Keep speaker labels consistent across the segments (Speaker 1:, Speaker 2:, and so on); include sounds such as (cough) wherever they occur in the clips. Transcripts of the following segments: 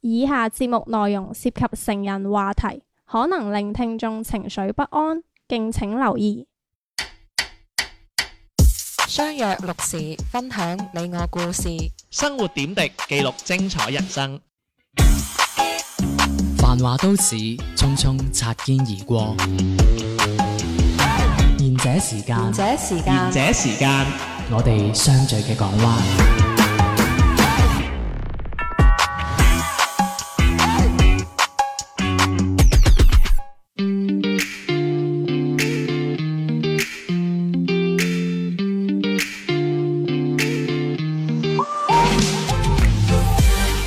Speaker 1: 以下節目內容涉及成人話題，可能令聽眾情緒不安，敬請留意。
Speaker 2: 相約六時，分享你我故事。
Speaker 3: 生活點滴，記錄精彩人生。
Speaker 4: 繁華都市，匆匆擦肩而過。賢者時間，
Speaker 2: 者時
Speaker 3: 賢者時間，
Speaker 4: 我哋相聚嘅港灣。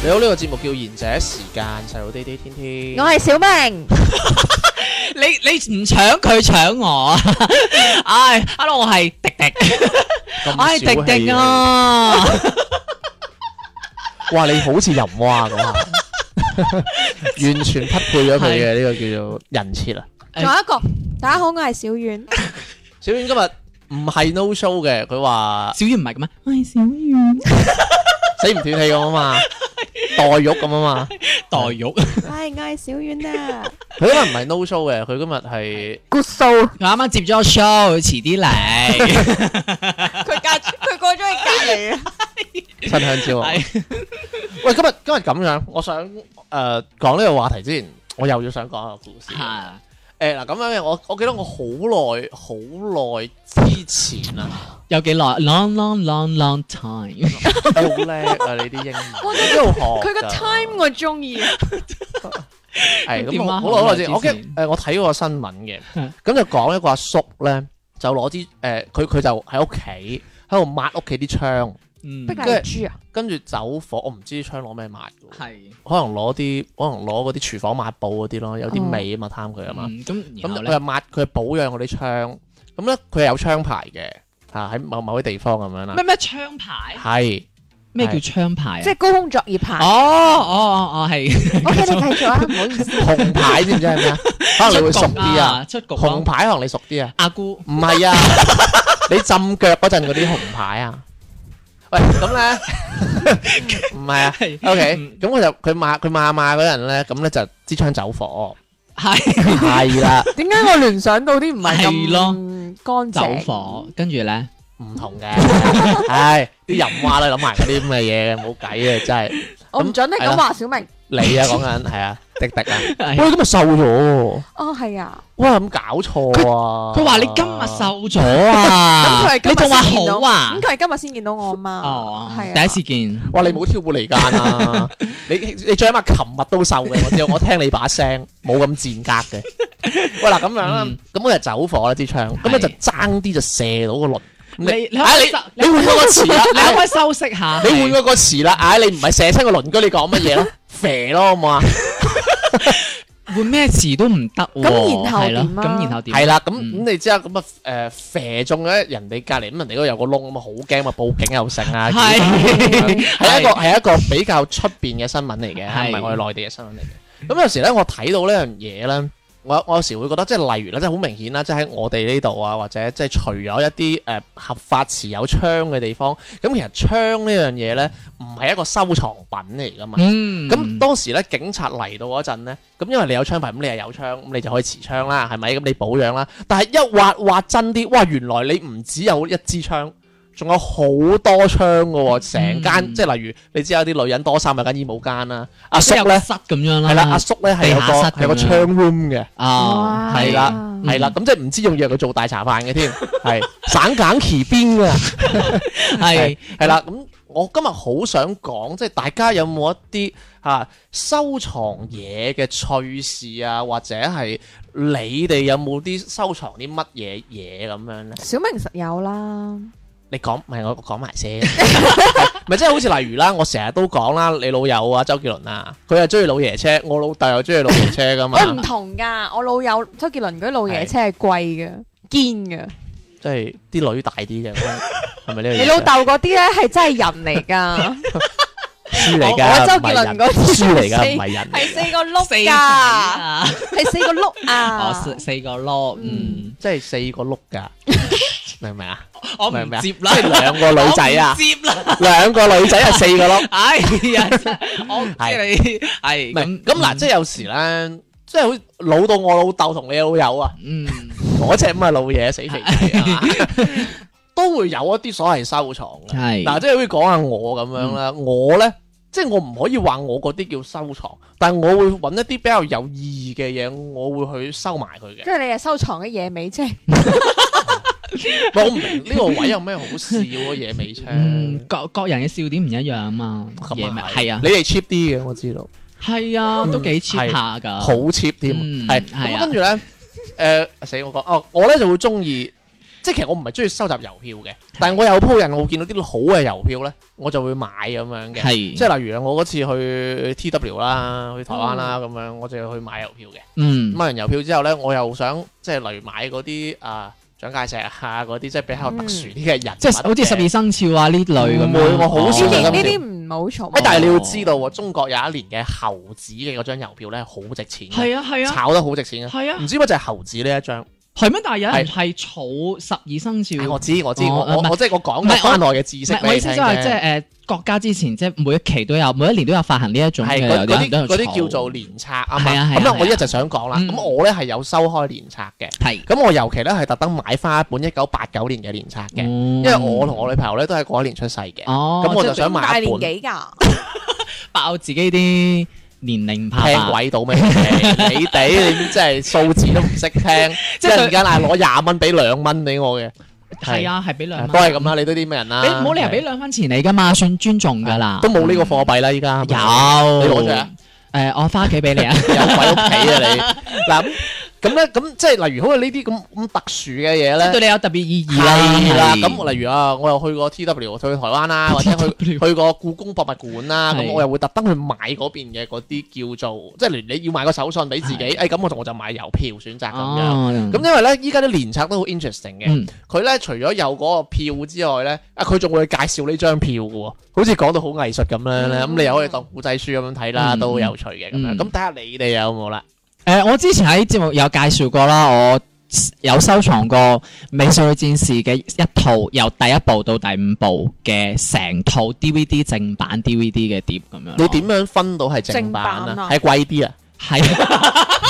Speaker 5: 你好，呢、個節目叫賢者時間，細佬啲啲天天。
Speaker 2: 我係小明，
Speaker 4: 你你唔搶佢搶 (laughs) 我，唉，hello，我係迪迪，
Speaker 5: 咁
Speaker 4: 我係
Speaker 5: 小氣
Speaker 4: 迪迪！啊，
Speaker 5: 哇，你好似淫蛙咁啊！ (laughs) 完全匹配咗佢嘅呢個叫做人設啊！
Speaker 4: 誒
Speaker 2: 仲有一個。大家好，我係小 (laughs) 遠。
Speaker 5: 小婉今日唔係 no show 嘅，佢話
Speaker 4: 小遠唔係咁咩？啊我係小遠，
Speaker 5: 死唔斷氣咁
Speaker 4: (laughs)
Speaker 5: 啊嘛，代玉咁啊嘛。
Speaker 4: 代玉
Speaker 2: 唉，我係小遠啊。
Speaker 5: 佢今日唔係 no show 嘅，佢今日
Speaker 2: Good show。
Speaker 4: 我啱啱接咗個 show，遲啲 (laughs) 嚟。
Speaker 2: 佢隔佢過咗去隔離啊。
Speaker 5: 係新香蕉啊。
Speaker 4: 係
Speaker 5: 喂，今日今日咁樣，我想誒講呢個話題之前，我又要想講一個故事。
Speaker 4: 啊
Speaker 5: 誒嗱咁樣嘅，我我記得我好耐好耐之前啊。
Speaker 4: 有幾耐？Long long long long time。
Speaker 5: 你好叻啊！你啲英
Speaker 2: 我
Speaker 5: 文，
Speaker 2: 覺
Speaker 5: 一路學㗎。
Speaker 2: 佢個 time 我中意。
Speaker 5: 係咁
Speaker 4: 點啊
Speaker 5: 好，好耐好耐
Speaker 4: 好耐之
Speaker 5: 先。
Speaker 4: 前
Speaker 5: 我記得誒，我睇過新聞嘅
Speaker 4: 嗯，
Speaker 5: 咁就講一個阿叔咧，就攞支誒，佢佢就喺屋企喺度抹屋企啲窗，
Speaker 4: 嗯
Speaker 2: 碧
Speaker 5: 麗
Speaker 2: 麗珠啊，
Speaker 5: 跟住走火，我唔知啲窗攞咩抹㗎喎，
Speaker 4: 係。
Speaker 5: 可能攞啲，可能攞嗰啲廚房抹布嗰啲咯，有啲味啊嘛，貪佢啊嘛。
Speaker 4: 嗯咁
Speaker 5: 咁
Speaker 4: 然後
Speaker 5: 佢
Speaker 4: 咧
Speaker 5: 又抹，佢又保養嗰啲窗，咁咧佢係有窗牌嘅，嚇喺某某啲地方咁樣啦
Speaker 4: 咩，咩槍牌？
Speaker 5: 係
Speaker 4: 咩叫
Speaker 5: 係
Speaker 4: 槍牌啊？
Speaker 2: 即係高空作業牌
Speaker 4: 哦。哦哦哦， (laughs) 係
Speaker 2: OK，你繼
Speaker 4: (laughs)
Speaker 2: 續啊，唔好意思。
Speaker 5: 紅牌知唔知係咩啊？可能你會熟啲啊，，
Speaker 4: 出局
Speaker 5: 紅
Speaker 4: 咯。
Speaker 5: 牌可能你熟啲啊。
Speaker 4: 阿姑
Speaker 5: 唔係啊， (laughs) 你浸腳嗰陣嗰啲紅牌啊。喂，咁 (laughs) 咧唔係啊。
Speaker 4: 係
Speaker 5: OK，
Speaker 4: 嗯
Speaker 5: 咁我就佢罵佢罵罵嗰陣咧，咁咧就支槍走火，
Speaker 4: 係
Speaker 5: 係啦，
Speaker 2: 點解我聯想到啲唔係
Speaker 4: 係咯
Speaker 2: 咁乾
Speaker 4: (laughs) 走
Speaker 2: 淨？
Speaker 4: 火，跟住咧
Speaker 5: 唔同嘅，唉，啲人話啦，諗埋嗰啲咁嘅嘢，冇計啊，真係
Speaker 2: 我唔準你咁話小明。
Speaker 5: 你啊，講緊係啊，迪迪啊，喂，
Speaker 4: 係
Speaker 5: 咁咪瘦咗喎，
Speaker 2: 哦，係啊。
Speaker 5: 哇，咁搞錯啊！
Speaker 4: 佢話你今日瘦咗
Speaker 2: 咁
Speaker 4: 啊
Speaker 2: 佢係，今
Speaker 4: 你
Speaker 2: 日
Speaker 4: 仲話
Speaker 2: 先見到
Speaker 4: 好啊
Speaker 2: 咁？佢係今日先見到我啊嘛。
Speaker 4: 哦
Speaker 2: 係，
Speaker 4: 第
Speaker 2: 啊
Speaker 4: 一次見
Speaker 5: 哇！你冇挑撥離間
Speaker 4: (laughs)
Speaker 5: 啊！你你最起碼琴日都瘦嘅，我知道我聽你把聲冇咁賤
Speaker 4: (laughs)
Speaker 5: 格嘅。喂嗱，咁樣啦
Speaker 4: 嗯，
Speaker 5: 咁我就走火啦支槍，咁咧就
Speaker 4: 係
Speaker 5: 爭啲就射到個輪。
Speaker 4: 你，你
Speaker 5: 唉
Speaker 4: 可唔可以收
Speaker 5: 你你換嗰個詞啦，
Speaker 4: 你可唔
Speaker 5: 唉
Speaker 2: (laughs)
Speaker 4: 可以休息下？
Speaker 5: 你換嗰個詞啦，唉你唔係射親個鄰居，你講乜
Speaker 4: (laughs)
Speaker 5: 嘢咯？肥咯好唔好啊？
Speaker 4: 換咩詞都唔得喎。
Speaker 2: 咁然後
Speaker 4: 係咯
Speaker 2: 點啊
Speaker 4: 咁然後點？
Speaker 5: 係啦，咁
Speaker 4: 嗯
Speaker 5: 咁你知啦，咁啊誒肥中咗人哋隔離，咁人哋嗰度有個窿咁啊，好驚嘛，報警又成
Speaker 2: (laughs)
Speaker 5: 啊！
Speaker 4: 係
Speaker 5: 係一個係一個比較出邊嘅新聞
Speaker 4: 係
Speaker 5: 嚟嘅，唔係我哋內地嘅新聞嚟嘅。咁有時咧，我睇到呢樣嘢咧，我我有時會覺得即係例如咧，即係好明顯啦，即係喺我哋呢度啊，或者即係除咗一啲誒、呃合法持有槍嘅地方，咁其實槍呢樣嘢咧，唔係一個收藏品嚟噶嘛。
Speaker 4: 嗯，
Speaker 5: 咁、當時咧，警察嚟到嗰陣咧，咁因為你有槍牌，咁你係有槍，咁你就可以持槍啦，係咪？咁你保養啦。但係一挖挖真啲，哇！原來你唔只有一支槍，仲有好多槍嘅喎，成間、
Speaker 4: 嗯
Speaker 5: 即係例如你知有啲女人多衫有間衣帽間啦，阿
Speaker 4: 即
Speaker 5: 叔
Speaker 4: 係有個
Speaker 5: 咧
Speaker 4: 室咁樣啦，
Speaker 5: 係啦，阿叔咧係有
Speaker 4: 地下室
Speaker 5: 個
Speaker 4: 咁樣
Speaker 5: 係個槍 room 嘅，
Speaker 4: 啊，
Speaker 2: 哇
Speaker 4: 係
Speaker 5: 係
Speaker 4: 啦，
Speaker 5: 啦係啦，咁即係唔知用藥佢做大茶飯
Speaker 4: (laughs)
Speaker 5: 嘅添，係省簡其邊嘅。
Speaker 4: 係
Speaker 5: 係啦，咁我今日好想講，即係大家有冇一啲嚇、啊收藏嘢嘅趣事啊，或者係你哋有冇啲收藏啲乜嘢嘢咁樣咧？
Speaker 2: 小明實有啦。
Speaker 5: 你講，唔係我講埋
Speaker 2: (laughs)
Speaker 5: 先，咪即係好似例如啦，我成日都講啦，你老友啊，周杰倫啊，佢係中意老爺車，我老豆又中意老爺車噶
Speaker 2: (laughs)
Speaker 5: 嘛，
Speaker 2: 喂，唔同噶，我老友周杰倫嗰啲老爺車係貴嘅，堅嘅。
Speaker 5: 即係啲女大啲嘅，係咪呢個意思？啊
Speaker 2: 你老豆嗰啲咧係真係人嚟噶，
Speaker 5: (laughs) 書嚟
Speaker 2: 我我
Speaker 5: 㗎，
Speaker 2: 周
Speaker 5: 唔係
Speaker 2: 杰倫
Speaker 5: 人
Speaker 2: 嗰啲
Speaker 5: 書嚟㗎，
Speaker 2: 四
Speaker 5: 唔係人。
Speaker 2: 係四個碌
Speaker 4: 四
Speaker 2: 噶，
Speaker 4: 啊
Speaker 2: 係四個碌
Speaker 4: 哦，
Speaker 2: 啊。
Speaker 4: 四四個咯，嗯，
Speaker 2: (laughs)
Speaker 5: 即係四個碌㗎，明唔明啊？
Speaker 4: 我
Speaker 5: 明
Speaker 4: 唔
Speaker 5: 唔明啊？即
Speaker 4: 接啦，
Speaker 5: 係兩個女仔
Speaker 4: 我
Speaker 5: 啊
Speaker 4: 唔，接啦，
Speaker 5: 兩個女仔係四個咯。
Speaker 4: 哎
Speaker 5: (laughs)
Speaker 4: 呀， (laughs) 我唔知你系
Speaker 5: 唔
Speaker 4: 咁
Speaker 5: 係咁嗱，即係有時咧，即係好似老到我老豆同你老友啊，
Speaker 4: 嗯，
Speaker 5: 嗰只咁嘅老嘢死肥仔
Speaker 4: (laughs)
Speaker 5: 啊，都會有一啲所謂收藏嘅。
Speaker 4: 系
Speaker 5: 嗱，
Speaker 4: 嗱，
Speaker 5: 即係好似講下我咁樣啦，
Speaker 4: 嗯
Speaker 5: 我咧即係我唔可以話我嗰啲叫收藏，但係我會揾一啲比較有意義嘅嘢，我會去收埋佢
Speaker 4: (laughs)
Speaker 5: 嘅。
Speaker 2: 即係你係收藏嘅野味啫。
Speaker 5: 喂我唔明呢個位有咩好笑啊？野味青，
Speaker 4: 嗯，各各人嘅笑點唔一樣啊嘛，嘢咪
Speaker 5: 係
Speaker 4: 係啊
Speaker 5: 你，哋 cheap 啲嘅，我知道，
Speaker 4: 係啊，都幾 cheap
Speaker 5: 係
Speaker 4: 下㗎，
Speaker 5: 好 cheap 添，
Speaker 4: 嗯
Speaker 5: 係
Speaker 4: 係
Speaker 5: 咁
Speaker 4: 啊
Speaker 5: 跟住咧，誒死我講哦，我咧就會中意。即係其實我唔係中意收集郵票嘅，但係我有鋪人，我會見到啲好嘅郵票咧，我就會買咁樣嘅。
Speaker 4: 係，
Speaker 5: 即係例如我嗰次去 TW 啦，去台灣啦咁樣，我就去買郵票嘅。
Speaker 4: 嗯
Speaker 5: 咁，買完郵票之後咧，我又想即係例如買嗰啲啊蔣介石啊嗰啲，即係比較特殊啲嘅人物嘅，
Speaker 4: 即係好似十二生肖啊呢類咁
Speaker 5: 唔會
Speaker 4: 樣，
Speaker 5: 我好
Speaker 2: 呢
Speaker 5: 少
Speaker 4: 哦
Speaker 5: 就
Speaker 2: 啲
Speaker 5: 咁
Speaker 2: 呢啲唔好嘈。
Speaker 5: 喂，哎但係你要知道喎，中國有一年嘅猴子嘅嗰張郵票咧，好值錢嘅，
Speaker 4: 係啊係啊
Speaker 5: 炒得好值錢嘅。
Speaker 4: 係啊
Speaker 5: 唔，知乜就係猴子呢一張，
Speaker 4: 係咩？但係有人
Speaker 5: 係
Speaker 4: 係儲十二生肖
Speaker 5: 啊。我知我知，
Speaker 4: 哦
Speaker 5: 我
Speaker 4: 唔
Speaker 5: 我
Speaker 4: 係
Speaker 5: 我即係我講
Speaker 4: 唔係我
Speaker 5: 翻我嘅知
Speaker 4: 唔
Speaker 5: 識
Speaker 4: 係，
Speaker 5: 俾
Speaker 4: 我
Speaker 5: 你
Speaker 4: 意思
Speaker 5: 聽
Speaker 4: 即係即係
Speaker 5: 啫。
Speaker 4: 誒國家之前即係每一期都有，每一年都有發行呢一種嘅，
Speaker 5: 係
Speaker 4: 有
Speaker 5: 嗰
Speaker 4: 啲
Speaker 5: 嗰
Speaker 4: 人
Speaker 5: 啲
Speaker 4: 都有
Speaker 5: 嗰啲
Speaker 4: 儲
Speaker 5: 叫做年冊啊嘛，
Speaker 4: 係啊係啊
Speaker 5: 咁
Speaker 4: 係
Speaker 5: 啊
Speaker 4: 啊
Speaker 5: 我一直想講啦，
Speaker 4: 嗯
Speaker 5: 咁我咧係有收開年冊嘅，
Speaker 4: 係，
Speaker 5: 咁我尤其咧係特登買翻一本一九八九年嘅年冊嘅，
Speaker 4: 因
Speaker 5: 因為我同我女朋友咧都係嗰一年出世嘅，
Speaker 4: 哦，
Speaker 5: 咁我
Speaker 4: 即
Speaker 5: 就
Speaker 4: 係
Speaker 5: 想
Speaker 2: 大
Speaker 5: 買一
Speaker 2: 年
Speaker 5: 本。
Speaker 2: 紀㗎？
Speaker 4: 爆自己啲年齡怕
Speaker 5: 聽
Speaker 4: 怕，
Speaker 5: 鬼到咩？ (laughs) 你哋你真係數字都唔識聽，
Speaker 4: (laughs) 即
Speaker 5: 即係
Speaker 4: 係
Speaker 5: 而家嗌攞廿蚊俾兩蚊俾我嘅，
Speaker 4: 係啊，係俾兩
Speaker 5: 係，
Speaker 4: 蚊，
Speaker 5: 都係咁。啦。你都啲咩人啦？
Speaker 4: 你冇理由俾兩分錢你噶嘛，算尊重噶啦。
Speaker 5: 都冇呢個貨幣啦，依家
Speaker 4: 有
Speaker 5: 你攞出嚟啊
Speaker 4: 誒，我翻屋企俾
Speaker 5: (laughs)
Speaker 4: 你啊。
Speaker 5: 有鬼屋企啊你嗱咁咁咧咁即係例如好似呢啲咁咁特殊嘅
Speaker 4: (laughs)
Speaker 5: 嘢
Speaker 4: 即係對
Speaker 5: 咧。
Speaker 4: 你有特別意義啦。
Speaker 5: 係啦，
Speaker 4: 係 (laughs)
Speaker 5: 咁例如啊，我又去過 T.W. 去台灣啦，或者去
Speaker 4: TW
Speaker 5: 去過故宮博物館啦，咁
Speaker 4: 係
Speaker 5: 我又會特登去買嗰邊嘅嗰啲叫做，即係連你要買個手信俾自己，哎
Speaker 4: 係
Speaker 5: 誒咁我就我就買郵票選擇咁樣。
Speaker 4: 哦，
Speaker 5: 咁因為咧，依家啲連冊都好 interesting 嘅。
Speaker 4: 嗯
Speaker 5: 佢咧除咗有嗰個票之外咧，啊佢仲會介紹呢張票嘅喎，好似講到好藝術咁樣咧。咁、
Speaker 2: 嗯
Speaker 5: 你又可以當古仔書咁樣睇啦，
Speaker 4: 嗯
Speaker 5: 都好有趣嘅咁樣。
Speaker 4: 嗯
Speaker 5: 咁睇下你哋有冇啦？
Speaker 4: 誒，我之前喺節目有介紹過啦，我有收藏過《美少女戰士》嘅一套，由第一部到第五部嘅成套 DVD 正版 DVD 嘅碟咁樣咯。
Speaker 5: 你點樣分到係
Speaker 2: 正
Speaker 5: 正版
Speaker 2: 版
Speaker 5: 啊？
Speaker 2: 啊
Speaker 5: 係貴啲啊？
Speaker 4: 係？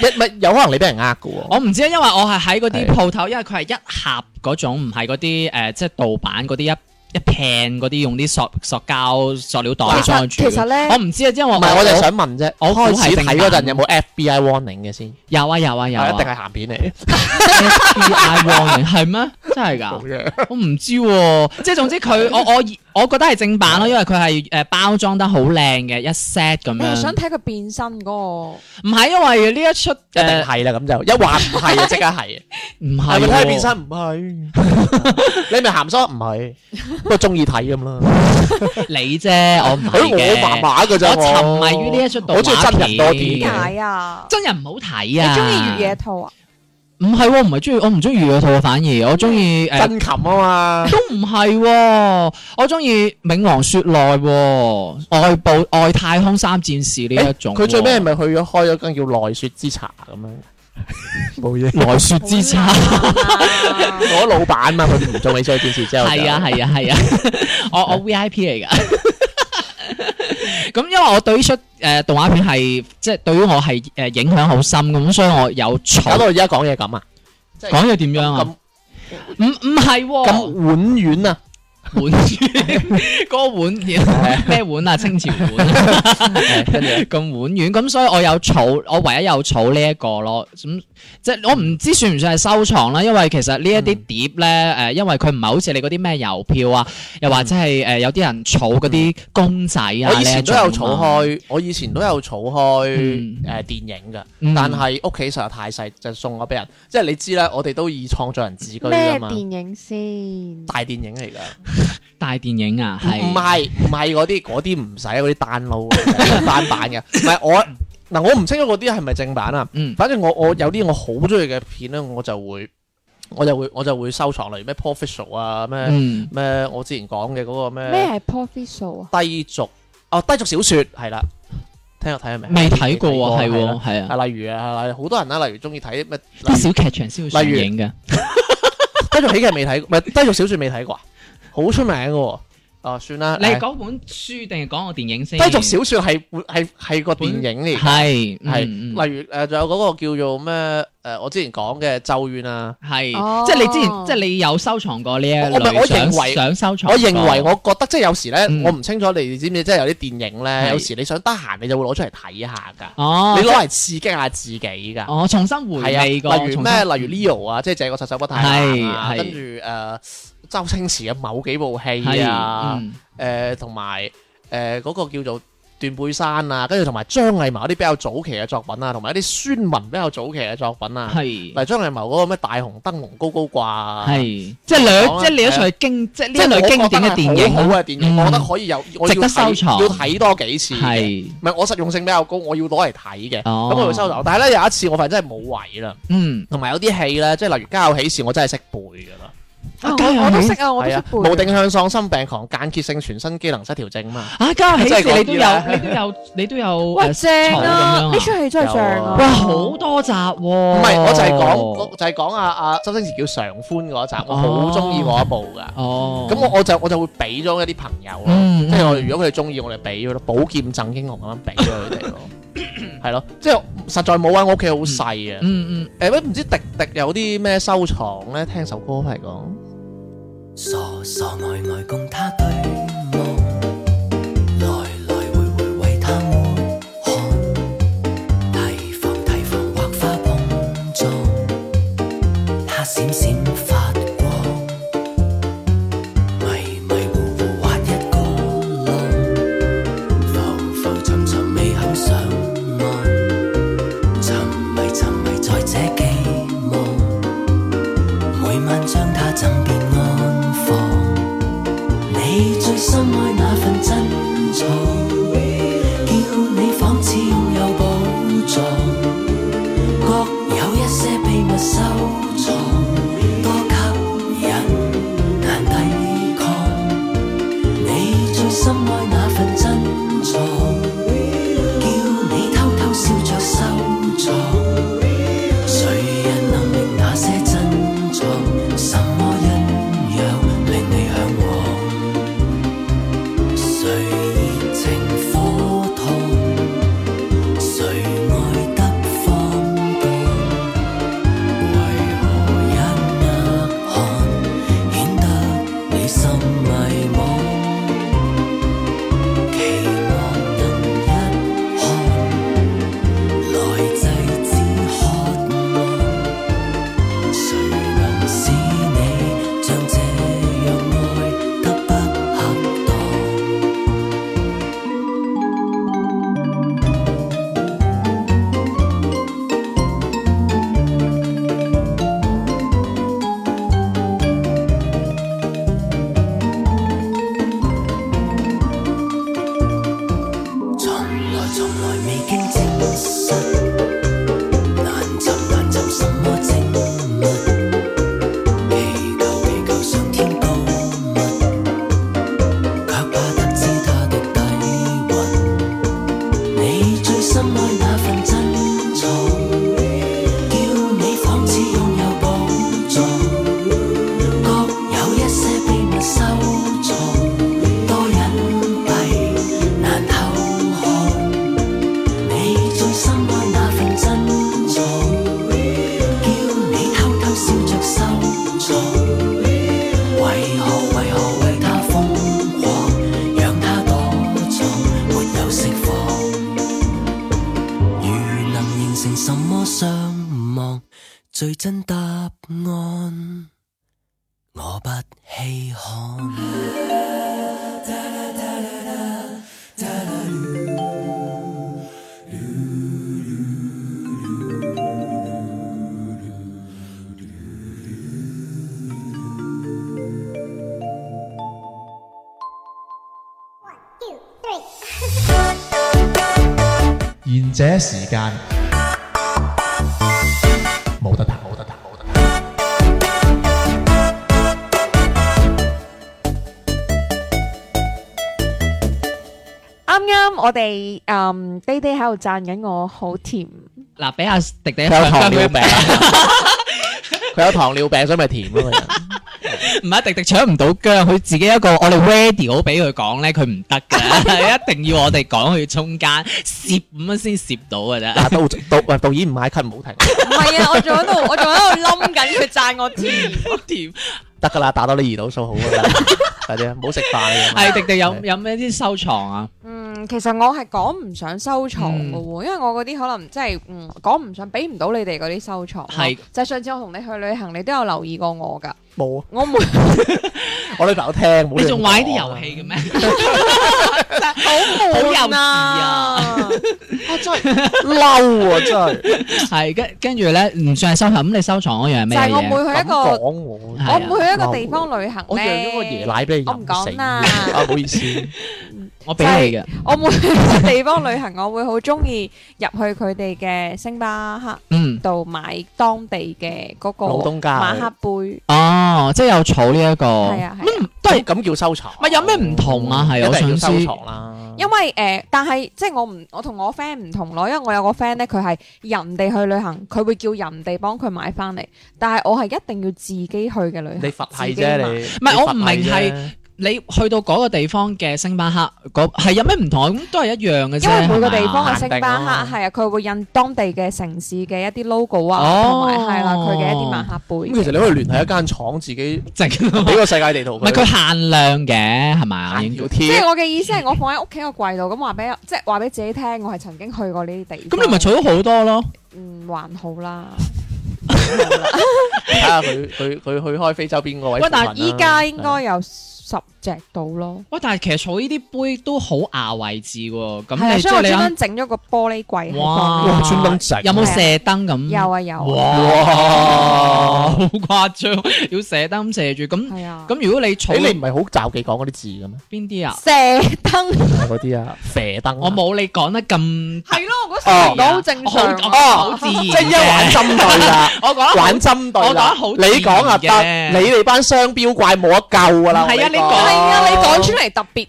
Speaker 5: 一咪有可能你俾人呃嘅喎。
Speaker 4: (laughs) 我唔知啊，因為我係喺嗰
Speaker 5: 係
Speaker 4: 啲鋪頭，因為佢係一盒嗰種，唔係嗰啲誒，即係盜版嗰啲一一片嗰啲，用啲塑塑膠塑料袋
Speaker 2: 其實
Speaker 4: 裝
Speaker 2: 其
Speaker 4: 住嘅。
Speaker 2: 實
Speaker 4: 我
Speaker 2: 咧，
Speaker 4: 唔知啊，因為
Speaker 5: 唔係，我就係想問啫。
Speaker 4: 我估係
Speaker 5: 開始睇
Speaker 4: 正
Speaker 5: 嗰陣
Speaker 4: 版
Speaker 5: 有冇 FBI warning 嘅先？
Speaker 4: 有啊有啊有
Speaker 5: 啊
Speaker 4: 啊，
Speaker 5: 一定係鹹片嚟。
Speaker 4: FBI
Speaker 5: (laughs)
Speaker 4: warning 係咩？真係㗎？
Speaker 5: 冇嘢。
Speaker 4: 我唔知喎、即係總之佢我我我覺得係正版咯，因為佢係誒包裝得好靚嘅一 set 咁
Speaker 2: 你係想
Speaker 4: 樣。
Speaker 2: 睇佢變身嗰個？
Speaker 4: 唔係因為呢一出
Speaker 5: 一定
Speaker 4: 誒
Speaker 5: 係啦，咁就 (laughs) 一話唔係啊，即刻係。
Speaker 4: 唔係
Speaker 5: (laughs) 係咪睇
Speaker 4: 喎
Speaker 5: 佢變身？唔係， (laughs) 你咪鹹濕唔係，不過中意睇咁啦。
Speaker 4: 你啫，我唔係
Speaker 5: 哎我麻
Speaker 4: 嘅。
Speaker 5: 麻嘅咋，
Speaker 4: 我沉迷於呢一出動畫
Speaker 5: 我中意真人多啲
Speaker 2: 點
Speaker 5: 嘅
Speaker 4: 片。
Speaker 2: 解啊？
Speaker 4: 真人唔好睇
Speaker 2: 你
Speaker 4: 啊！
Speaker 2: 中意越野兔啊？
Speaker 4: 唔係喎，唔係中意，我唔中意粵語套，反而我中意誒，
Speaker 5: 真琴啊嘛。
Speaker 4: 都唔係喎，我中意《冥王雪奈》喎，外部外太空三戰士呢一種喎。
Speaker 5: 佢最尾係咪去咗開咗間叫內雪之茶咁
Speaker 4: (laughs)
Speaker 5: 樣？冇嘢，
Speaker 4: 來雪之
Speaker 5: (laughs)
Speaker 4: 差。
Speaker 5: 我老闆嘛，佢唔做美少女戰士之後就，
Speaker 4: 係啊係啊係啊，
Speaker 5: (laughs)
Speaker 4: 我我 V I P 嚟㗎。 (laughs) 咁因為我對呢出誒動畫片係即係對於我係誒影響好深咁，所以我有
Speaker 5: 搞
Speaker 4: 儲。
Speaker 5: 到我而家講嘢咁啊，即係
Speaker 4: 講嘢點樣啊？
Speaker 5: 咁
Speaker 4: 唔唔係喎，
Speaker 5: 咁婉軟啊，
Speaker 4: 碗 (laughs) 嗰個碗咩碗啊？清朝碗。
Speaker 5: 係跟住
Speaker 4: 咁婉遠，咁所以我有儲，我唯一有儲呢一個咯。咁即係我唔知算唔算係收藏啦，因為其實呢一
Speaker 5: 嗯
Speaker 4: 啲碟咧，誒、因為佢唔係好似你嗰啲咩郵票啊，又或者係誒、有啲人儲嗰啲公仔啊呢一種啊，
Speaker 5: 嗯我以前都有儲開，我以前都有儲開
Speaker 4: 嗯
Speaker 5: 誒電影㗎，
Speaker 4: 嗯，
Speaker 5: 但係屋企實在太細，就送咗俾人。即係你知啦，我哋都以創作人自居㗎
Speaker 2: 咩
Speaker 5: 啊嘛，
Speaker 2: 電影先？
Speaker 5: 大電影嚟㗎。
Speaker 4: 大電影啊，係
Speaker 5: 唔係唔係嗰啲，嗰啲唔使嗰啲單路 (laughs) 單版嘅，唔係我嗱，我唔清楚嗰啲係咪正版啊。
Speaker 4: 嗯
Speaker 5: 反正我我有啲我好中意嘅片咧，我就會我就會我就會收藏，例如咩 p r o f e s s i o n 啊，咩
Speaker 4: 嗯
Speaker 5: 咩我之前講嘅嗰個
Speaker 2: 咩
Speaker 5: 咩
Speaker 2: 係 profit 數啊？
Speaker 5: 低俗哦低俗小說係啦，聽我睇下未？
Speaker 4: 未睇過喎，係
Speaker 5: 未睇過
Speaker 4: 喎，係啊，
Speaker 5: 啦啊，例如啊，例如好多人啦，例如中意睇咩，
Speaker 4: 啲小劇場先會上映嘅，
Speaker 5: 低俗喜劇未睇，唔係低俗小说未睇過啊，好出名嘅喎。哦，算啦，
Speaker 4: 你
Speaker 5: 誒
Speaker 4: 講本書定係講個電影先？
Speaker 5: 低俗小说係係係個電影嚟㗎，
Speaker 4: 係
Speaker 5: 係
Speaker 4: 嗯嗯
Speaker 5: 例如呃誒，仲有嗰個叫做咩誒，我之前講嘅《咒怨》啊。
Speaker 4: 係，
Speaker 2: 哦
Speaker 4: 即係你之前，即係你有收藏過呢一
Speaker 5: 我咪
Speaker 4: 類
Speaker 5: 我
Speaker 4: 想
Speaker 5: 認為
Speaker 4: 想收藏過。
Speaker 5: 我認為我覺得即係有時咧，
Speaker 4: 嗯
Speaker 5: 我唔清楚你知唔知，即係有啲電影
Speaker 4: 係
Speaker 5: 咧，有時你想得閒你就會攞出嚟睇下㗎，
Speaker 4: 哦，
Speaker 5: 你攞嚟刺激下自己㗎。
Speaker 4: 哦，重新回
Speaker 5: 係
Speaker 4: 味過，
Speaker 5: 啊，例如
Speaker 4: 重
Speaker 5: 咩？
Speaker 4: 新
Speaker 5: 例如 Leo 啊，即係這個殺手不太冷啊
Speaker 4: 係係
Speaker 5: 跟住誒周星馳嘅某幾部戲
Speaker 4: 係
Speaker 5: 啊，
Speaker 4: 嗯
Speaker 5: 誒同埋誒嗰個叫做斷背山啊，跟住同埋張藝謀一啲比較早期嘅作品啊，同埋一啲孫文比較早期嘅作品啊，
Speaker 4: 係
Speaker 5: 例如張藝謀嗰個咩大紅燈籠高高掛啊。
Speaker 4: 係，即係兩即
Speaker 5: 講啦
Speaker 4: 係你一出經即係呢一類經典嘅電
Speaker 5: 好
Speaker 4: 影
Speaker 5: 嘅電
Speaker 4: 嗯
Speaker 5: 影，我覺得可以有，我要
Speaker 4: 值得收
Speaker 5: 睇
Speaker 4: 藏
Speaker 5: 要睇多幾次。係，
Speaker 4: 係
Speaker 5: 唔係我實用性比較高，我要攞嚟睇嘅，
Speaker 4: 哦
Speaker 5: 咁我會收藏。但係咧有一次我發現真係冇位啦，
Speaker 4: 嗯
Speaker 5: 同埋有啲戲咧，即係例如《家有喜事》，我真係識背㗎啦，
Speaker 2: 啊
Speaker 4: 家有
Speaker 2: 我我都
Speaker 4: 喜
Speaker 2: 識啊，我都
Speaker 5: 係
Speaker 2: 識
Speaker 5: 啊，
Speaker 2: 背。
Speaker 5: 無定向喪心病狂間歇性全身機能失調症嘛。
Speaker 4: 啊，家有喜
Speaker 5: 即係
Speaker 4: 事
Speaker 5: 嗰
Speaker 4: 你都
Speaker 5: 啲
Speaker 4: 有
Speaker 5: 啦
Speaker 4: 你都有你都有
Speaker 2: 喂
Speaker 4: 誒
Speaker 2: 正
Speaker 4: 藏咁
Speaker 2: 啊！
Speaker 4: 樣
Speaker 2: 呢出戲真係正
Speaker 5: 有
Speaker 2: 啊！
Speaker 5: 啊
Speaker 4: 哇，好多集喎！
Speaker 5: 唔
Speaker 4: 唔
Speaker 5: 係，我就係講，就係講啊啊周星馳叫常歡嗰一集，我好中意嗰一部㗎。
Speaker 4: 哦，
Speaker 5: 咁我我就我就會俾咗一啲朋友咯，
Speaker 4: 嗯
Speaker 5: 即係我如果佢哋中意，我哋俾咗咯，寶劍贈英雄咁樣俾咗佢哋
Speaker 4: (laughs)
Speaker 5: 咯，係咯，即係實在冇啊！我屋企好細啊，
Speaker 4: 嗯嗯
Speaker 5: 誒喂，唔知迪迪有啲咩收藏咧？聽首歌嚟講，
Speaker 6: 傻傻呆呆共他對望，來來回回為他們看，提防提防或花碰撞，他閃閃發光，迷迷糊糊滑一個浪，浮浮沉沉未肯上岸，沉迷沉迷在這寄望。每晚將它枕邊安放。你最深愛那份珍藏，叫你仿似擁有寶藏，各有一些秘密收藏，多吸引難抵抗。你最深愛那份珍藏，叫你偷偷笑着收藏。誰人能明那些珍藏？什麼因樣令你向往？誰熱情火燙？誰愛得放蕩？為何一眼看顯得你心迷惘？期望能一看。來制止渴望，誰能使你像這樣愛得不恰當？從來從來未經證實，難尋難尋什麼證物，祈求祈求上天告密，卻怕得知它的底蘊。你最深愛那份珍藏，叫你仿似擁有寶藏，各有一些秘密收藏，多隱蔽。難透看，你最深愛那份珍藏，叫你偷偷笑着收藏。為何為何為他瘋狂，讓他躲藏，沒有釋放。如能形成什麼相望，最真答案，我不稀罕。
Speaker 3: 贤者时间，冇得弹，冇得弹，冇得弹。
Speaker 2: 啱啱我哋嗯爹爹喺度讚緊我好甜，
Speaker 4: 嗱，俾阿迪迪
Speaker 5: 佢有糖
Speaker 4: 唱 (laughs)
Speaker 5: 尿病，佢有糖尿病所以咪甜咯。個人
Speaker 4: 唔係迪迪搶唔到姜，佢自己一個我哋 ready 好俾佢講咧，佢唔得 (laughs) 嘅，一定要我哋講去中間攝咁樣先攝到嘅啫。
Speaker 5: 嗱，導啊導導演唔嗌 cut 唔好停，
Speaker 2: 唔係啊，我仲喺度，我仲喺度冧緊佢讚我甜。
Speaker 4: 甜
Speaker 5: 得噶啦，打多啲胰島素好噶啦， (laughs) 快啲啊，唔好食飯啊咁啊
Speaker 4: (laughs) 係迪迪有有咩啲收藏啊？
Speaker 2: 嗯，其實我係講唔上收藏嘅喎，因為我嗰啲可能即係嗯講唔上，俾唔到你哋嗰啲收藏咯。
Speaker 4: 係
Speaker 2: 就係上次我同你去旅行，你都有留意過我㗎。
Speaker 5: 冇啊，
Speaker 2: 我每
Speaker 5: 我女朋友聽，冇
Speaker 4: 你仲
Speaker 5: 亂
Speaker 4: 玩呢啲
Speaker 5: 講啊
Speaker 4: 遊戲嘅咩？
Speaker 2: 好
Speaker 4: 好幼
Speaker 2: 悶
Speaker 4: 稚啊
Speaker 2: 啊！
Speaker 5: 啊真係嬲啊真係，
Speaker 4: (laughs) 係跟跟住咧，唔算係收藏。咁你收藏嗰
Speaker 2: 就
Speaker 4: 樣係咩
Speaker 2: 係我
Speaker 4: 嘢？
Speaker 2: 每去一
Speaker 5: 咁
Speaker 2: 個，
Speaker 5: 講我
Speaker 4: 係啊
Speaker 2: 我每去一個地方旅行
Speaker 5: 我讓
Speaker 2: 咧，
Speaker 5: 咗個椰奶俾你
Speaker 2: 我唔
Speaker 5: 飲
Speaker 2: 講
Speaker 5: 死
Speaker 2: 啦
Speaker 5: 啊！唔好意思，
Speaker 4: 我俾你嘅。
Speaker 2: 我每去一個地方旅行，我會好中意入去佢哋嘅星巴克
Speaker 4: 嗯，
Speaker 2: 度買當地嘅嗰個
Speaker 5: 老東家
Speaker 2: 馬克杯，
Speaker 4: 哦，即係有儲呢一個。
Speaker 2: 係啊係啊，
Speaker 4: 都係
Speaker 5: 咁咁叫收藏，
Speaker 4: 咪有咩唔同啊係
Speaker 5: 一
Speaker 4: 我
Speaker 5: 定要
Speaker 4: 想知
Speaker 5: 收藏啦，
Speaker 2: 因為誒，但係即係我唔，我同我 friend 唔同咯，因為我有個 friend 咧，佢係人哋去旅行，佢會叫人哋幫佢買翻嚟，但係我係一定要自己去嘅旅行，
Speaker 5: 你佛系
Speaker 2: 自己買
Speaker 5: 啫，你唔
Speaker 4: 係我唔明係你去到嗰個地方嘅星巴克，嗰係有咩唔同啊？咁都係一樣嘅
Speaker 2: 因
Speaker 4: 啫。
Speaker 2: 為每個地
Speaker 4: 係嘛
Speaker 2: 方嘅星巴克係啊，佢會印當地嘅城市嘅一啲 logo 啊，
Speaker 4: 哦
Speaker 2: 同埋係啦佢嘅一啲馬克
Speaker 5: 咁，
Speaker 2: 杯
Speaker 5: 其實你可以聯繫一間廠，自己 (laughs)
Speaker 4: 正，
Speaker 2: (laughs)
Speaker 5: 俾
Speaker 4: 唔
Speaker 5: 個世界地圖
Speaker 4: 係
Speaker 5: 佢，
Speaker 4: 佢限量嘅，係咪啊？
Speaker 5: 行
Speaker 4: 應
Speaker 5: 條
Speaker 4: 該
Speaker 2: 即係
Speaker 5: 貼。
Speaker 2: 我嘅意思係我放喺屋企個櫃度，咁話俾即係話俾自己聽，我係曾經去過呢啲地方。
Speaker 4: 咁你咪儲咗好多咯。
Speaker 2: 嗯還好啦，
Speaker 5: 睇下佢佢佢去開非洲邊個位
Speaker 2: 喂
Speaker 5: 附近啦？
Speaker 2: 但係依家應該有十隻到咯。
Speaker 4: 喂，但係其實儲呢啲杯都好壓位置喎。
Speaker 2: 係
Speaker 4: 咁
Speaker 2: 啊，
Speaker 4: 你即
Speaker 2: 所以我
Speaker 4: 係你
Speaker 2: 專
Speaker 4: 啱
Speaker 2: 登整咗個玻璃櫃喺
Speaker 4: 哇
Speaker 2: 度。
Speaker 5: 哇專登整啊
Speaker 4: 有冇射燈咁？
Speaker 2: 有啊有啊，
Speaker 4: 哇，好
Speaker 2: (laughs)
Speaker 4: 誇張，要射燈射住咁
Speaker 2: 係啊。
Speaker 4: 咁。如果你
Speaker 5: 誒你
Speaker 4: 儲
Speaker 5: 唔係好就記講嗰啲字嘅咩？
Speaker 4: 邊啲啊？
Speaker 2: 射燈
Speaker 5: 嗰啲啊，啡燈啊。
Speaker 4: 我冇你講得咁
Speaker 2: 係咯，我覺得
Speaker 4: 哦
Speaker 2: 唔到好正
Speaker 4: 我好
Speaker 2: 常
Speaker 4: 我
Speaker 2: 啊。
Speaker 4: 好自然
Speaker 5: 即係一
Speaker 4: 嘅。
Speaker 5: 玩針對啦，
Speaker 4: (laughs) 我講得好
Speaker 5: 玩針對
Speaker 4: 我講得
Speaker 5: 啦。
Speaker 4: 好自然
Speaker 5: 你講啊
Speaker 4: 嘅
Speaker 5: 得，你哋班雙標怪冇得救噶啦。
Speaker 4: 唔係啊
Speaker 5: 我同
Speaker 4: 你講
Speaker 2: 係啊，你講出嚟特別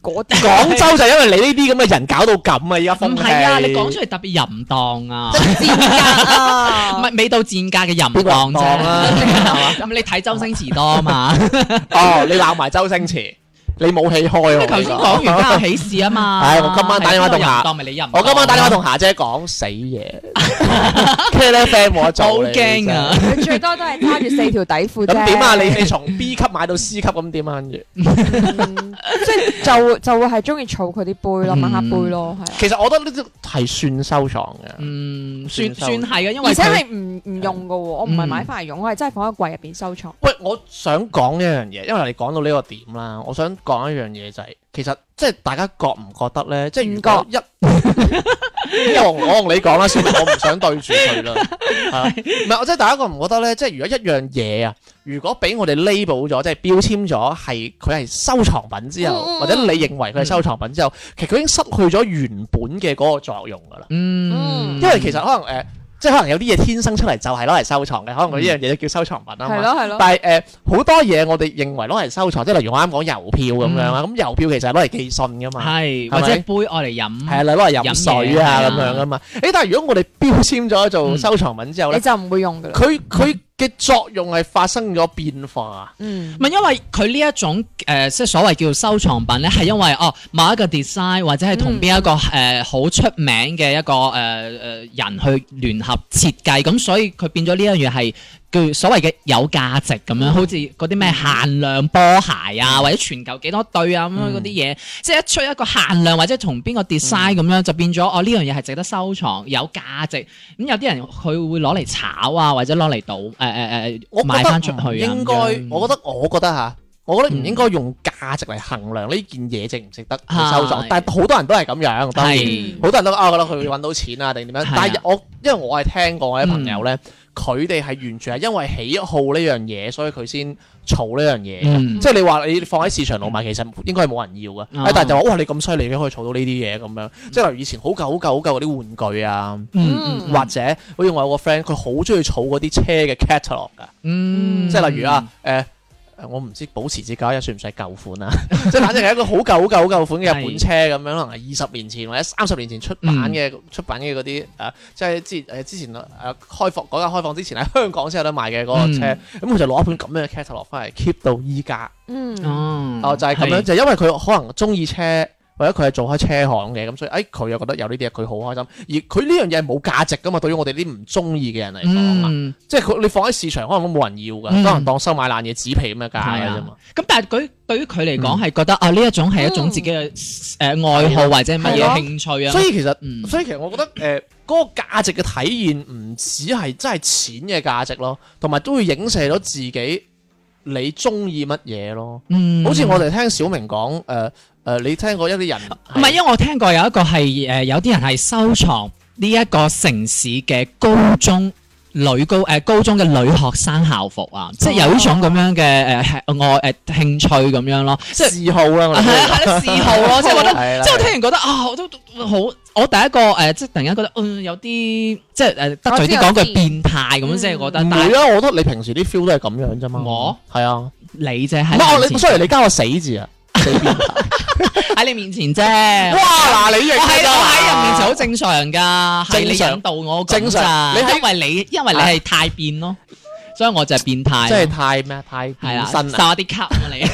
Speaker 2: 嗰
Speaker 4: (laughs) 啊
Speaker 2: 啲。
Speaker 5: 廣州就因為你呢啲咁嘅人搞到咁啊！而家風
Speaker 4: 唔
Speaker 5: 氣。
Speaker 4: 係啊，你講出嚟特別淫蕩
Speaker 5: (laughs)
Speaker 4: 啊，
Speaker 2: 賤格啊！
Speaker 4: (laughs) 唔係未到賤格嘅淫
Speaker 5: 邊個
Speaker 4: 蕩
Speaker 5: 人 (laughs) 當
Speaker 4: 啫。
Speaker 5: 啊？係嘛？
Speaker 4: (laughs) 咁你睇周星馳多嘛？
Speaker 5: (laughs) 哦，你鬧埋周星馳，你冇氣開喎。
Speaker 4: 你頭先講完家有喜事啊嘛。
Speaker 5: 唉我今晚打電話
Speaker 4: 係邊個
Speaker 5: 同
Speaker 4: 淫
Speaker 5: 下
Speaker 4: 蕩咪你淫蕩。
Speaker 5: 我今晚打電話同霞姐講死嘢
Speaker 4: (laughs)
Speaker 5: k i l friend 冇得做。
Speaker 4: 好驚啊！！
Speaker 2: 佢最多都係揸住四條底褲啫。
Speaker 5: 咁點啊？你你從 B 級買到 C 級咁點啊？跟住，
Speaker 2: 嗯即係就 (laughs) 就會係中意儲佢啲杯咯，
Speaker 4: 嗯
Speaker 2: 馬克杯咯，係啊。
Speaker 5: 其實我覺得呢啲係算收藏嘅。
Speaker 4: 嗯，
Speaker 5: 算
Speaker 4: 算
Speaker 5: 收
Speaker 4: 算係嘅，因為
Speaker 2: 而且
Speaker 4: 佢
Speaker 2: 係唔唔用噶喎，我唔係買翻嚟用，我係真係放喺櫃入邊收藏。
Speaker 5: 喂，我想講一樣嘢，因為你講到呢個點啦，我想講一樣嘢就係、其實即係大家覺唔覺得咧？即係如果一 (laughs) 因為我我同你講啦，小明，我唔想對住
Speaker 2: (laughs)
Speaker 5: 佢啦，係啊唔係我即係大家覺唔覺得咧？即係如果一樣嘢啊，如果俾我哋 label 咗，即係標籤咗係佢係收藏品之後，
Speaker 2: 嗯嗯嗯
Speaker 5: 或者你認為佢係收藏品之後，其實佢已經失去咗原本嘅嗰個作用㗎啦。
Speaker 4: 嗯，
Speaker 5: 因為其實可能誒、呃即係可能有啲嘢天生出嚟就係攞嚟收藏嘅，可能佢呢樣嘢都叫收藏
Speaker 4: 嗯
Speaker 5: 品啊嘛
Speaker 2: 係。咯係咯，
Speaker 5: 但係誒好多嘢我哋認為攞嚟收藏，即係例如我啱講郵票咁樣啦，
Speaker 4: 嗯
Speaker 5: 咁郵票其實係攞嚟寄信噶嘛，
Speaker 4: 係
Speaker 5: 係咪
Speaker 4: 或者杯愛嚟飲，啊
Speaker 5: 係啦，攞嚟飲水啊
Speaker 4: 飲嘢
Speaker 5: 咁
Speaker 4: 係啊
Speaker 5: 樣噶嘛。誒，但係如果我哋標籤咗做
Speaker 4: 嗯
Speaker 5: 收藏品之後
Speaker 2: 你
Speaker 5: 咧，
Speaker 2: 就唔會用噶啦。
Speaker 5: 佢佢嘅作用係發生咗變化，
Speaker 2: 嗯
Speaker 4: 唔，係因為佢呢一種誒、呃即係所謂叫收藏品咧，係因為哦某一個 design 或者係同邊一個
Speaker 5: 嗯
Speaker 4: 誒好、出名嘅一個誒誒、呃人去聯合設計，咁所以佢變咗呢樣嘢係叫所謂嘅有價值咁
Speaker 5: 嗯
Speaker 4: 樣，好似嗰啲咩限量波鞋啊，或者全球幾多對啊咁樣嗰啲
Speaker 5: 嗯
Speaker 4: 嘢，即係一出一個限量或者同邊個 design 咁樣，就變咗哦呢樣嘢係值得收藏，有價值。咁有啲人佢會攞嚟炒啊，或者攞嚟賭誒誒誒
Speaker 5: 我覺
Speaker 4: 賣
Speaker 5: 得
Speaker 4: 翻出去
Speaker 5: 唔
Speaker 4: 啊。
Speaker 5: 應該
Speaker 4: 咁樣，
Speaker 5: 我覺得我覺得嚇。我覺得唔
Speaker 4: 嗯
Speaker 5: 應該用價值嚟衡量呢件嘢值唔值得去收藏
Speaker 4: 係，
Speaker 5: 但係好多人都係咁樣，當然。
Speaker 4: 係
Speaker 5: 好多人都啊覺得佢揾到錢啊定點
Speaker 4: 係
Speaker 5: 樣
Speaker 4: 啊，嗯
Speaker 5: 但係我因為我係聽過我啲朋友咧，佢哋係完全係因為喜好呢樣嘢，所以佢先儲呢樣嘢。
Speaker 4: 嗯
Speaker 5: 即係你話你放喺市場度賣，其實應該係冇人要嘅。
Speaker 4: 啊
Speaker 5: 但係就話哇，你咁犀利，你可以儲到呢啲嘢咁樣。即係例如以前好舊好舊好舊嗰啲玩具啊，
Speaker 4: 嗯
Speaker 5: 或者好似我有個 friend，佢好中意儲嗰啲車嘅 catalog 㗎，
Speaker 4: 嗯，
Speaker 5: 即係例如啊，誒誒我唔知保持之久一算唔算係舊款啊？ (laughs) 即係反正係一個好舊、好舊、好舊款嘅日本車咁樣，可能係二十年前或者三十年前出版嘅、出版嘅嗰啲誒，即係之誒之前誒開放改革開放之前喺香港先有得賣嘅嗰個車，咁佢、就攞一本咁樣嘅 catalog 翻嚟 keep 到依家，
Speaker 2: 嗯，
Speaker 4: 哦
Speaker 5: 哦就係咁樣，就因為佢可能中意車。或者佢係做開車行嘅，咁所以誒佢又覺得有呢啲嘢佢好開心，而佢呢樣嘢係冇價值噶嘛，對於我哋啲唔中意嘅人嚟講啊
Speaker 4: 嗯。
Speaker 5: 即係佢你放喺市場可能都冇人要噶，
Speaker 4: 嗯
Speaker 5: 可能當收買爛嘢紙皮咁嘅價嘅啫嘛。
Speaker 4: 咁但係啊佢對於佢嚟講係覺得啊呢一種係一種自己嘅誒愛好或者乜
Speaker 5: 嗯係
Speaker 4: 嘢
Speaker 5: 咯
Speaker 4: 興趣啊。
Speaker 5: 所以其實，
Speaker 4: 嗯
Speaker 5: 所以其實我覺得誒嗰個價值嘅體現唔只係真係錢嘅價值咯，同埋都會影射到自己你中意乜嘢咯。
Speaker 4: 嗯
Speaker 5: 好似我哋聽小明講誒誒，你聽過一啲人
Speaker 4: 唔係，因為我聽過有一個係誒、呃有啲人係收藏呢一個城市嘅高中女高誒、呃高中嘅女學生校服啊，
Speaker 5: 哦
Speaker 4: 即係有呢種咁樣嘅誒係愛誒興趣咁樣咯，即係
Speaker 5: 嗜好啦，我
Speaker 4: 係啊
Speaker 5: 哋
Speaker 4: 係啊嗜好
Speaker 5: (laughs)
Speaker 4: 咯，即係覺得。
Speaker 5: 係啦哦
Speaker 4: 即係我聽完覺得啊，我都都好，我第一個誒、呃即係突然間覺得嗯有啲即係誒、呃得罪啲
Speaker 2: 我
Speaker 4: 講
Speaker 2: 知我
Speaker 4: 句
Speaker 2: 知
Speaker 4: 變態咁樣，
Speaker 2: 嗯
Speaker 4: 即係覺得，但
Speaker 5: 唔會
Speaker 4: 係
Speaker 5: 啊！我覺得你平時啲 feel 都係咁樣啫嘛。
Speaker 4: 我
Speaker 5: 係啊，
Speaker 4: 你啫
Speaker 5: 唔係我
Speaker 4: 喺
Speaker 5: 你
Speaker 4: 面
Speaker 5: s o
Speaker 4: 前
Speaker 5: r 你加個死字啊！死變態
Speaker 4: 喺你面前啫。
Speaker 5: 哇！嗱，你認
Speaker 4: 我喺
Speaker 5: 㗎
Speaker 4: 啊我喺入面就好正常噶，係你
Speaker 5: 正常
Speaker 4: 引導我
Speaker 5: 正
Speaker 4: 咁
Speaker 5: 常
Speaker 4: 咋，
Speaker 5: 你喺
Speaker 4: 因為你因為你係太變咯，所以我就係變態，
Speaker 5: 即係太咩太
Speaker 4: 係
Speaker 5: 變
Speaker 4: 啦，
Speaker 5: 身
Speaker 4: 受
Speaker 5: 啊，
Speaker 4: 下啲吸啊你。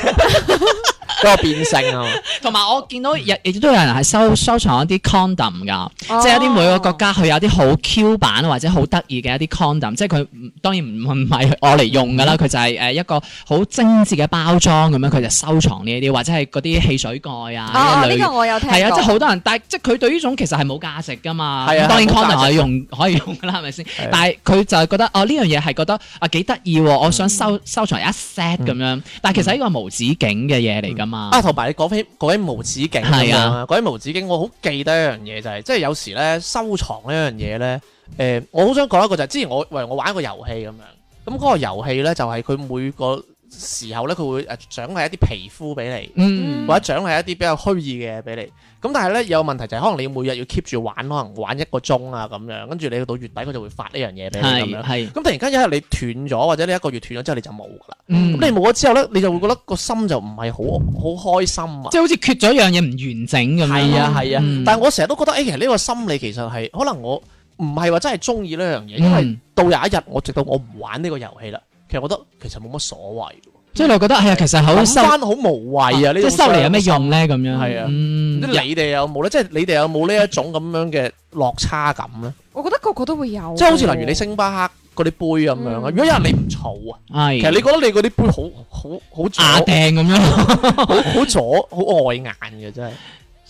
Speaker 5: 嗰個變性啊，
Speaker 4: 同埋我見到有亦都有人係收收藏一啲 condom 㗎，
Speaker 2: 哦
Speaker 4: 即係一啲每個國家佢有啲好 Q 版或者好得意嘅一啲 condom，即係佢唔當然唔唔係我嚟
Speaker 2: 嗯
Speaker 4: 用㗎啦，佢就係誒一個好精緻嘅包裝咁樣，佢就收藏呢啲或者係嗰啲汽水蓋啊
Speaker 2: 哦，
Speaker 4: 呢一
Speaker 2: 呢
Speaker 4: 類
Speaker 2: 個我有聽過。
Speaker 4: 係啊，即係好多人，但係即係佢對呢種其實係冇價值噶嘛。
Speaker 5: 係啊
Speaker 4: 咁當然
Speaker 5: 係冇價值
Speaker 4: condom 可以用可以用噶啦，係咪先
Speaker 5: 係啊？
Speaker 4: 但係佢就係覺得哦呢樣嘢係覺得啊幾得意喎，我想收
Speaker 2: 嗯
Speaker 4: 收藏一 set 咁樣。但係其實呢個係無止境嘅嘢嚟噶
Speaker 2: 哦
Speaker 4: 嘛。
Speaker 5: (laughs) 啊，同埋你講起講起無止境咁
Speaker 4: 係
Speaker 5: 樣
Speaker 4: 啊
Speaker 5: 啊，講起無止境，我好記得一樣嘢就係、即係有時咧收藏呢樣嘢咧，誒、我好想講一個就係、之前我喂我玩一個遊戲咁樣，咁嗰個遊戲咧就係、佢每個時候咧佢會誒獎勵一啲皮膚俾你。
Speaker 4: 嗯
Speaker 5: 或者獎勵一啲比較虛擬嘅嘢俾你，咁但係咧有個問題就係可能你每日要 keep 住玩，可能玩一個鐘啊咁樣，跟住你到月底佢就會發呢樣嘢
Speaker 2: 嗯
Speaker 5: 俾你
Speaker 4: 係
Speaker 5: 咁樣。
Speaker 4: 係
Speaker 5: 咁突然間有一日你斷咗，或者你一個月斷咗之後你就冇噶啦。
Speaker 4: 嗯
Speaker 5: 咁你冇咗之後咧，你就會覺得個心就唔係好好開心啊。
Speaker 4: 即係好似缺咗一樣嘢唔完整咁樣。
Speaker 5: 係啊係啊，
Speaker 4: 嗯
Speaker 5: 但係我成日都覺得，誒、其實呢個心理其實係可能我唔係話真係中意呢樣嘢，因為
Speaker 4: 嗯
Speaker 5: 到有一日我直到我唔玩呢個遊戲啦，其實我覺得其實冇乜所謂喎，
Speaker 4: 即係你覺得係啊，其實好
Speaker 5: 諗
Speaker 4: 收
Speaker 5: 翻好無謂啊！呢
Speaker 4: 即係
Speaker 5: 種
Speaker 4: 收嚟有咩
Speaker 5: 傷心？
Speaker 4: 用咧？咁樣
Speaker 5: 係啊
Speaker 4: 嗯
Speaker 5: 唔知你哋有冇咧？即係你哋有冇呢一種咁樣嘅落差感咧？
Speaker 2: 我覺得個個都會有。
Speaker 5: 即係好似例如你星巴克嗰啲杯咁樣啊，
Speaker 2: 嗯
Speaker 5: 如果有人你唔儲啊，
Speaker 4: 係
Speaker 5: 其實你覺得你嗰啲杯好好好左
Speaker 4: 牙掟咁樣。
Speaker 5: (laughs) 好好左好礙眼嘅真係。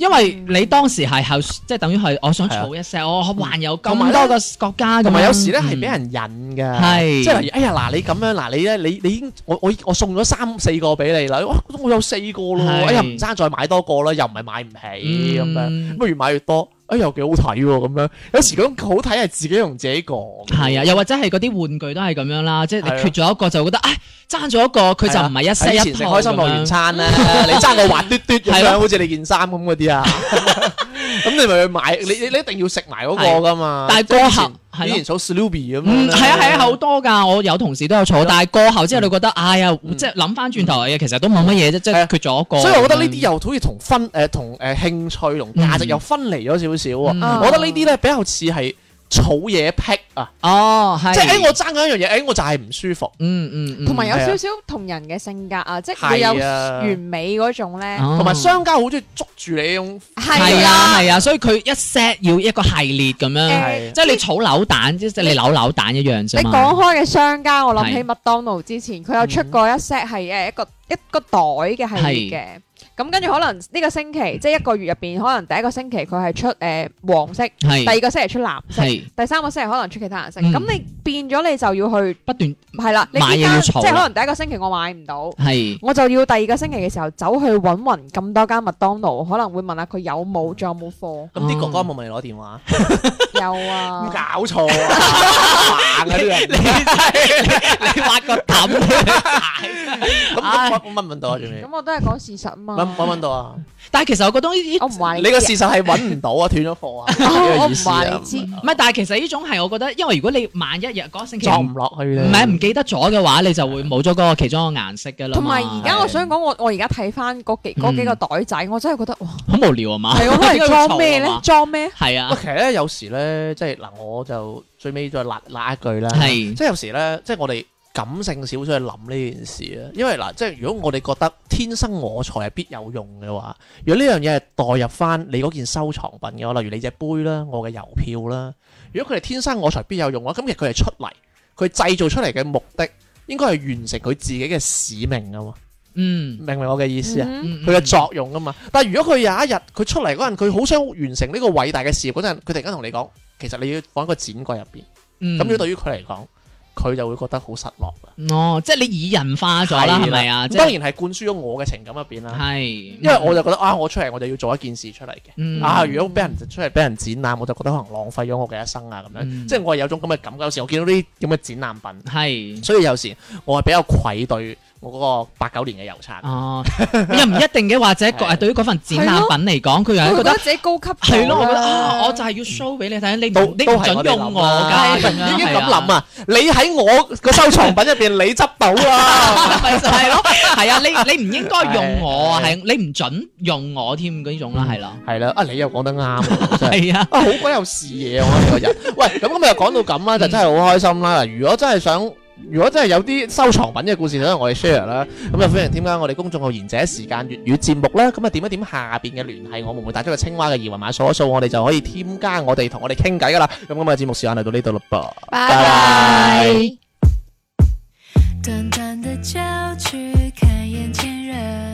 Speaker 4: 因為你當時係後，即係等於係我想
Speaker 5: 啊
Speaker 4: 儲一 set，我環遊咁多個國家咁樣，
Speaker 5: 同埋有時咧係俾
Speaker 4: 嗯
Speaker 5: 人引㗎，
Speaker 4: 係
Speaker 5: 即係例如哎呀嗱你咁樣嗱你咧你你已經我我我送咗三四個俾你啦，哇我有四個咯，
Speaker 4: 係
Speaker 5: 哎呀唔爭再買多個啦，又唔係買唔起咁樣，
Speaker 4: 嗯
Speaker 5: 不如買越多，哎又幾好睇喎咁樣，有時嗰種好睇係自己同自己講，
Speaker 4: 係啊，又或者係嗰啲玩具都係咁樣啦，即係
Speaker 5: 係啊
Speaker 4: 你缺咗一個就覺得，唉，爭咗一個佢就唔係一
Speaker 5: 係啊
Speaker 4: set
Speaker 5: 以
Speaker 4: 一
Speaker 5: 前食
Speaker 4: 套
Speaker 5: 開心樂園
Speaker 4: 咁樣。
Speaker 5: 餐咧， (laughs) 你爭個滑嘟嘟咁
Speaker 4: 係
Speaker 5: 樣，
Speaker 4: 咯
Speaker 5: 好似你件衫咁嗰
Speaker 4: (laughs)
Speaker 5: 啲啊，咁你咪去買，你你你一定要食埋嗰個㗎嘛，
Speaker 4: 但係
Speaker 5: 即係以
Speaker 4: 過後
Speaker 5: 前
Speaker 4: 係
Speaker 5: 以
Speaker 4: 咯
Speaker 5: 前數 Slooby 咁樣
Speaker 4: 嗯，
Speaker 5: 呢
Speaker 4: 係啊，係啊，好多㗎，我有同事都有
Speaker 5: 係咯
Speaker 4: 儲，但係過後之後你覺得，哎呀，
Speaker 5: 嗯
Speaker 4: 即係諗翻轉頭，哎呀其實都冇乜嘢啫，即
Speaker 5: 係
Speaker 4: 係
Speaker 5: 啊
Speaker 4: 缺咗一個。
Speaker 5: 所以我覺得呢啲又好似同分誒同誒興趣同價值
Speaker 4: 嗯
Speaker 5: 又分離咗少少喎。
Speaker 4: 嗯
Speaker 5: 我覺得呢啲咧比較似係儲嘢癖啊，
Speaker 4: 哦，係，
Speaker 5: 即係誒我爭緊一樣嘢，哎誒我就係唔舒服。
Speaker 4: 嗯嗯嗯，
Speaker 2: 同埋有
Speaker 5: 係啊
Speaker 2: 少少同人嘅性格啊，即係
Speaker 4: 哎
Speaker 2: 會有
Speaker 5: 係啊，
Speaker 2: 完美嗰種咧。
Speaker 4: 哦
Speaker 5: 同埋商家好中意捉住你用，
Speaker 4: 係
Speaker 2: 係
Speaker 4: 啊
Speaker 2: 啊，
Speaker 4: 係啊，所以佢一 set 要一個系列咁樣。
Speaker 2: 誒，
Speaker 5: 係
Speaker 4: 即係你啊儲扭蛋，即係你扭扭蛋一樣
Speaker 2: 你
Speaker 4: 啫嘛。
Speaker 2: 講開嘅商家，我諗起
Speaker 4: 係嗯
Speaker 2: 麥當勞之前，佢有出過一 set 係誒一個一個袋嘅系列嘅。咁跟住可能呢個星
Speaker 4: 嗯
Speaker 2: 期，即係一個月入邊，可能第一個星期佢係出誒黃色，第
Speaker 4: 係
Speaker 2: 二個星期出藍色，
Speaker 4: 係
Speaker 2: 第三個星期可能出其他顏色。
Speaker 4: 嗯
Speaker 2: 咁你變咗你就要去
Speaker 4: 不斷
Speaker 2: 係啦，你
Speaker 4: 買嘢
Speaker 2: 依家
Speaker 4: 要
Speaker 2: 即
Speaker 4: 儲
Speaker 2: 係可能第一個星期我買唔到。
Speaker 4: 係
Speaker 2: 我就要第二個星期嘅時候走去揾雲咁多間麥當勞，可能會問下佢有冇，仲有冇貨？
Speaker 5: 咁啲
Speaker 4: 哦
Speaker 5: 哥哥冇問你攞電話，
Speaker 2: 有
Speaker 5: 咁
Speaker 2: 啊，
Speaker 5: 搞錯
Speaker 4: (laughs)
Speaker 5: 啊！盲 (laughs) 啊啲人，
Speaker 4: 你挖個氹，
Speaker 5: 咁咁我問唔問到啊？最尾啊
Speaker 4: 啊
Speaker 2: 咁我都係講事實嘛。
Speaker 5: 問唔揾揾到啊！
Speaker 4: 但係其實我覺得呢
Speaker 2: 我唔話你
Speaker 5: 你個事實係揾唔到啊，斷咗
Speaker 4: (laughs)
Speaker 5: 貨啊，呢
Speaker 2: 我
Speaker 5: 個
Speaker 2: 唔
Speaker 5: 意思
Speaker 2: 話
Speaker 5: 啊
Speaker 2: 你，知，
Speaker 4: 唔 (laughs) 係，但係其實呢種係我覺得，因為如果你萬一日嗰個星期
Speaker 5: 撞唔落去咧。
Speaker 4: 唔係唔記得咗嘅話，你就會冇咗嗰個其中一個顏色嘅啦嘛。嗯
Speaker 2: 同埋而家我想講，我我而家睇翻嗰幾嗰幾個袋仔，我真係覺
Speaker 4: (laughs)
Speaker 2: 得哇，
Speaker 4: 好無聊啊嘛。
Speaker 2: 係
Speaker 4: (laughs)
Speaker 2: 我係裝咩咧
Speaker 4: 點解會嘈啊嘛？
Speaker 2: 裝咩？
Speaker 4: 係
Speaker 5: 喂，
Speaker 4: 啊，
Speaker 5: 其實咧有時咧，即係嗱，我就最尾再揦揦一句啦，
Speaker 4: 係
Speaker 5: 即係有時咧，即係我哋感性少少去諗呢件事啊，因為嗱，即係如果我哋覺得天生我材係必有用嘅話，如果呢樣嘢係代入翻你嗰件收藏品嘅話，例如你隻杯啦，我嘅郵票啦，如果佢係天生我材必有用嘅話，咁其實佢係出嚟，佢製造出嚟嘅目的應該係完成佢自己嘅使命啊嘛，
Speaker 4: 嗯，
Speaker 5: 明唔明我嘅意思啊？
Speaker 2: 嗯
Speaker 4: 嗯
Speaker 5: 佢嘅作用啊嘛。但係如果佢有一日佢出嚟嗰陣，佢好想完成呢個偉大嘅事業嗰陣，佢突然間同你講，其實你要放喺個展櫃入邊。
Speaker 4: 嗯
Speaker 5: 咁如果對於佢嚟講，佢就會覺得好失落啦。
Speaker 4: 哦，即係你擬人化咗啦，
Speaker 5: 係啦
Speaker 4: 係咪啊？
Speaker 5: 咁
Speaker 4: 即
Speaker 5: 當
Speaker 4: 係
Speaker 5: 然係灌輸咗我嘅情感入邊啦。
Speaker 4: 係，
Speaker 5: 因為我就覺得啊，我出嚟我就要做一件事出嚟嘅。
Speaker 4: 嗯
Speaker 5: 啊，如果俾人出嚟俾人展覽，我就覺得可能浪費咗我嘅一生啊咁樣。
Speaker 4: 嗯
Speaker 5: 即係我係有種咁嘅感覺。有時我見到呢啲咁嘅展覽品，
Speaker 4: 係
Speaker 5: 所以有時我係比較愧對我嗰個八九年嘅郵差。
Speaker 4: 哦，又唔一定嘅，或者誒
Speaker 5: 係
Speaker 4: 對於嗰份展覽品嚟講，佢又係
Speaker 2: 我
Speaker 4: 覺
Speaker 2: 覺
Speaker 4: 得
Speaker 2: 得自己高級咗
Speaker 4: 係咯，我覺得
Speaker 2: 啦
Speaker 4: 啊，我就係要 show 俾你睇，你
Speaker 5: 都
Speaker 4: 唔你
Speaker 5: 都
Speaker 4: 唔
Speaker 5: 係
Speaker 4: 準
Speaker 5: 我哋
Speaker 4: 用
Speaker 5: 諗
Speaker 4: 我
Speaker 5: 啦
Speaker 4: 㗎，
Speaker 5: 係
Speaker 4: 咁樣
Speaker 5: 已經
Speaker 4: 係啊
Speaker 5: 咁諗啊！你喺我個收藏品入邊，你執
Speaker 4: (laughs)
Speaker 5: 到啦。
Speaker 4: 咪就係咯，係啊，你你唔應該用我啊，係
Speaker 5: 係
Speaker 4: 你唔準用我添嗰種啦，係啦，
Speaker 5: 係啦，啊你又講得啱啊，真係。
Speaker 4: 係啊，
Speaker 5: 啊，好鬼有視野啊！我呢個人，喂，咁今日又講到咁啦，就真係好開心啦。如果真係想，如果真係有啲收藏品嘅故事想同我哋 share 啦，咁就歡迎添加我哋公眾號「賢者時間粵語節目」啦。咁啊點一點下邊嘅聯繫，我們會打出個青蛙嘅二維碼掃一掃，我哋就可以添加我哋同我哋傾偈噶啦。咁今日節目時間嚟到呢度啦噃。
Speaker 2: 拜
Speaker 5: 拜
Speaker 2: 拜。
Speaker 7: 短短的郊区，看眼前人，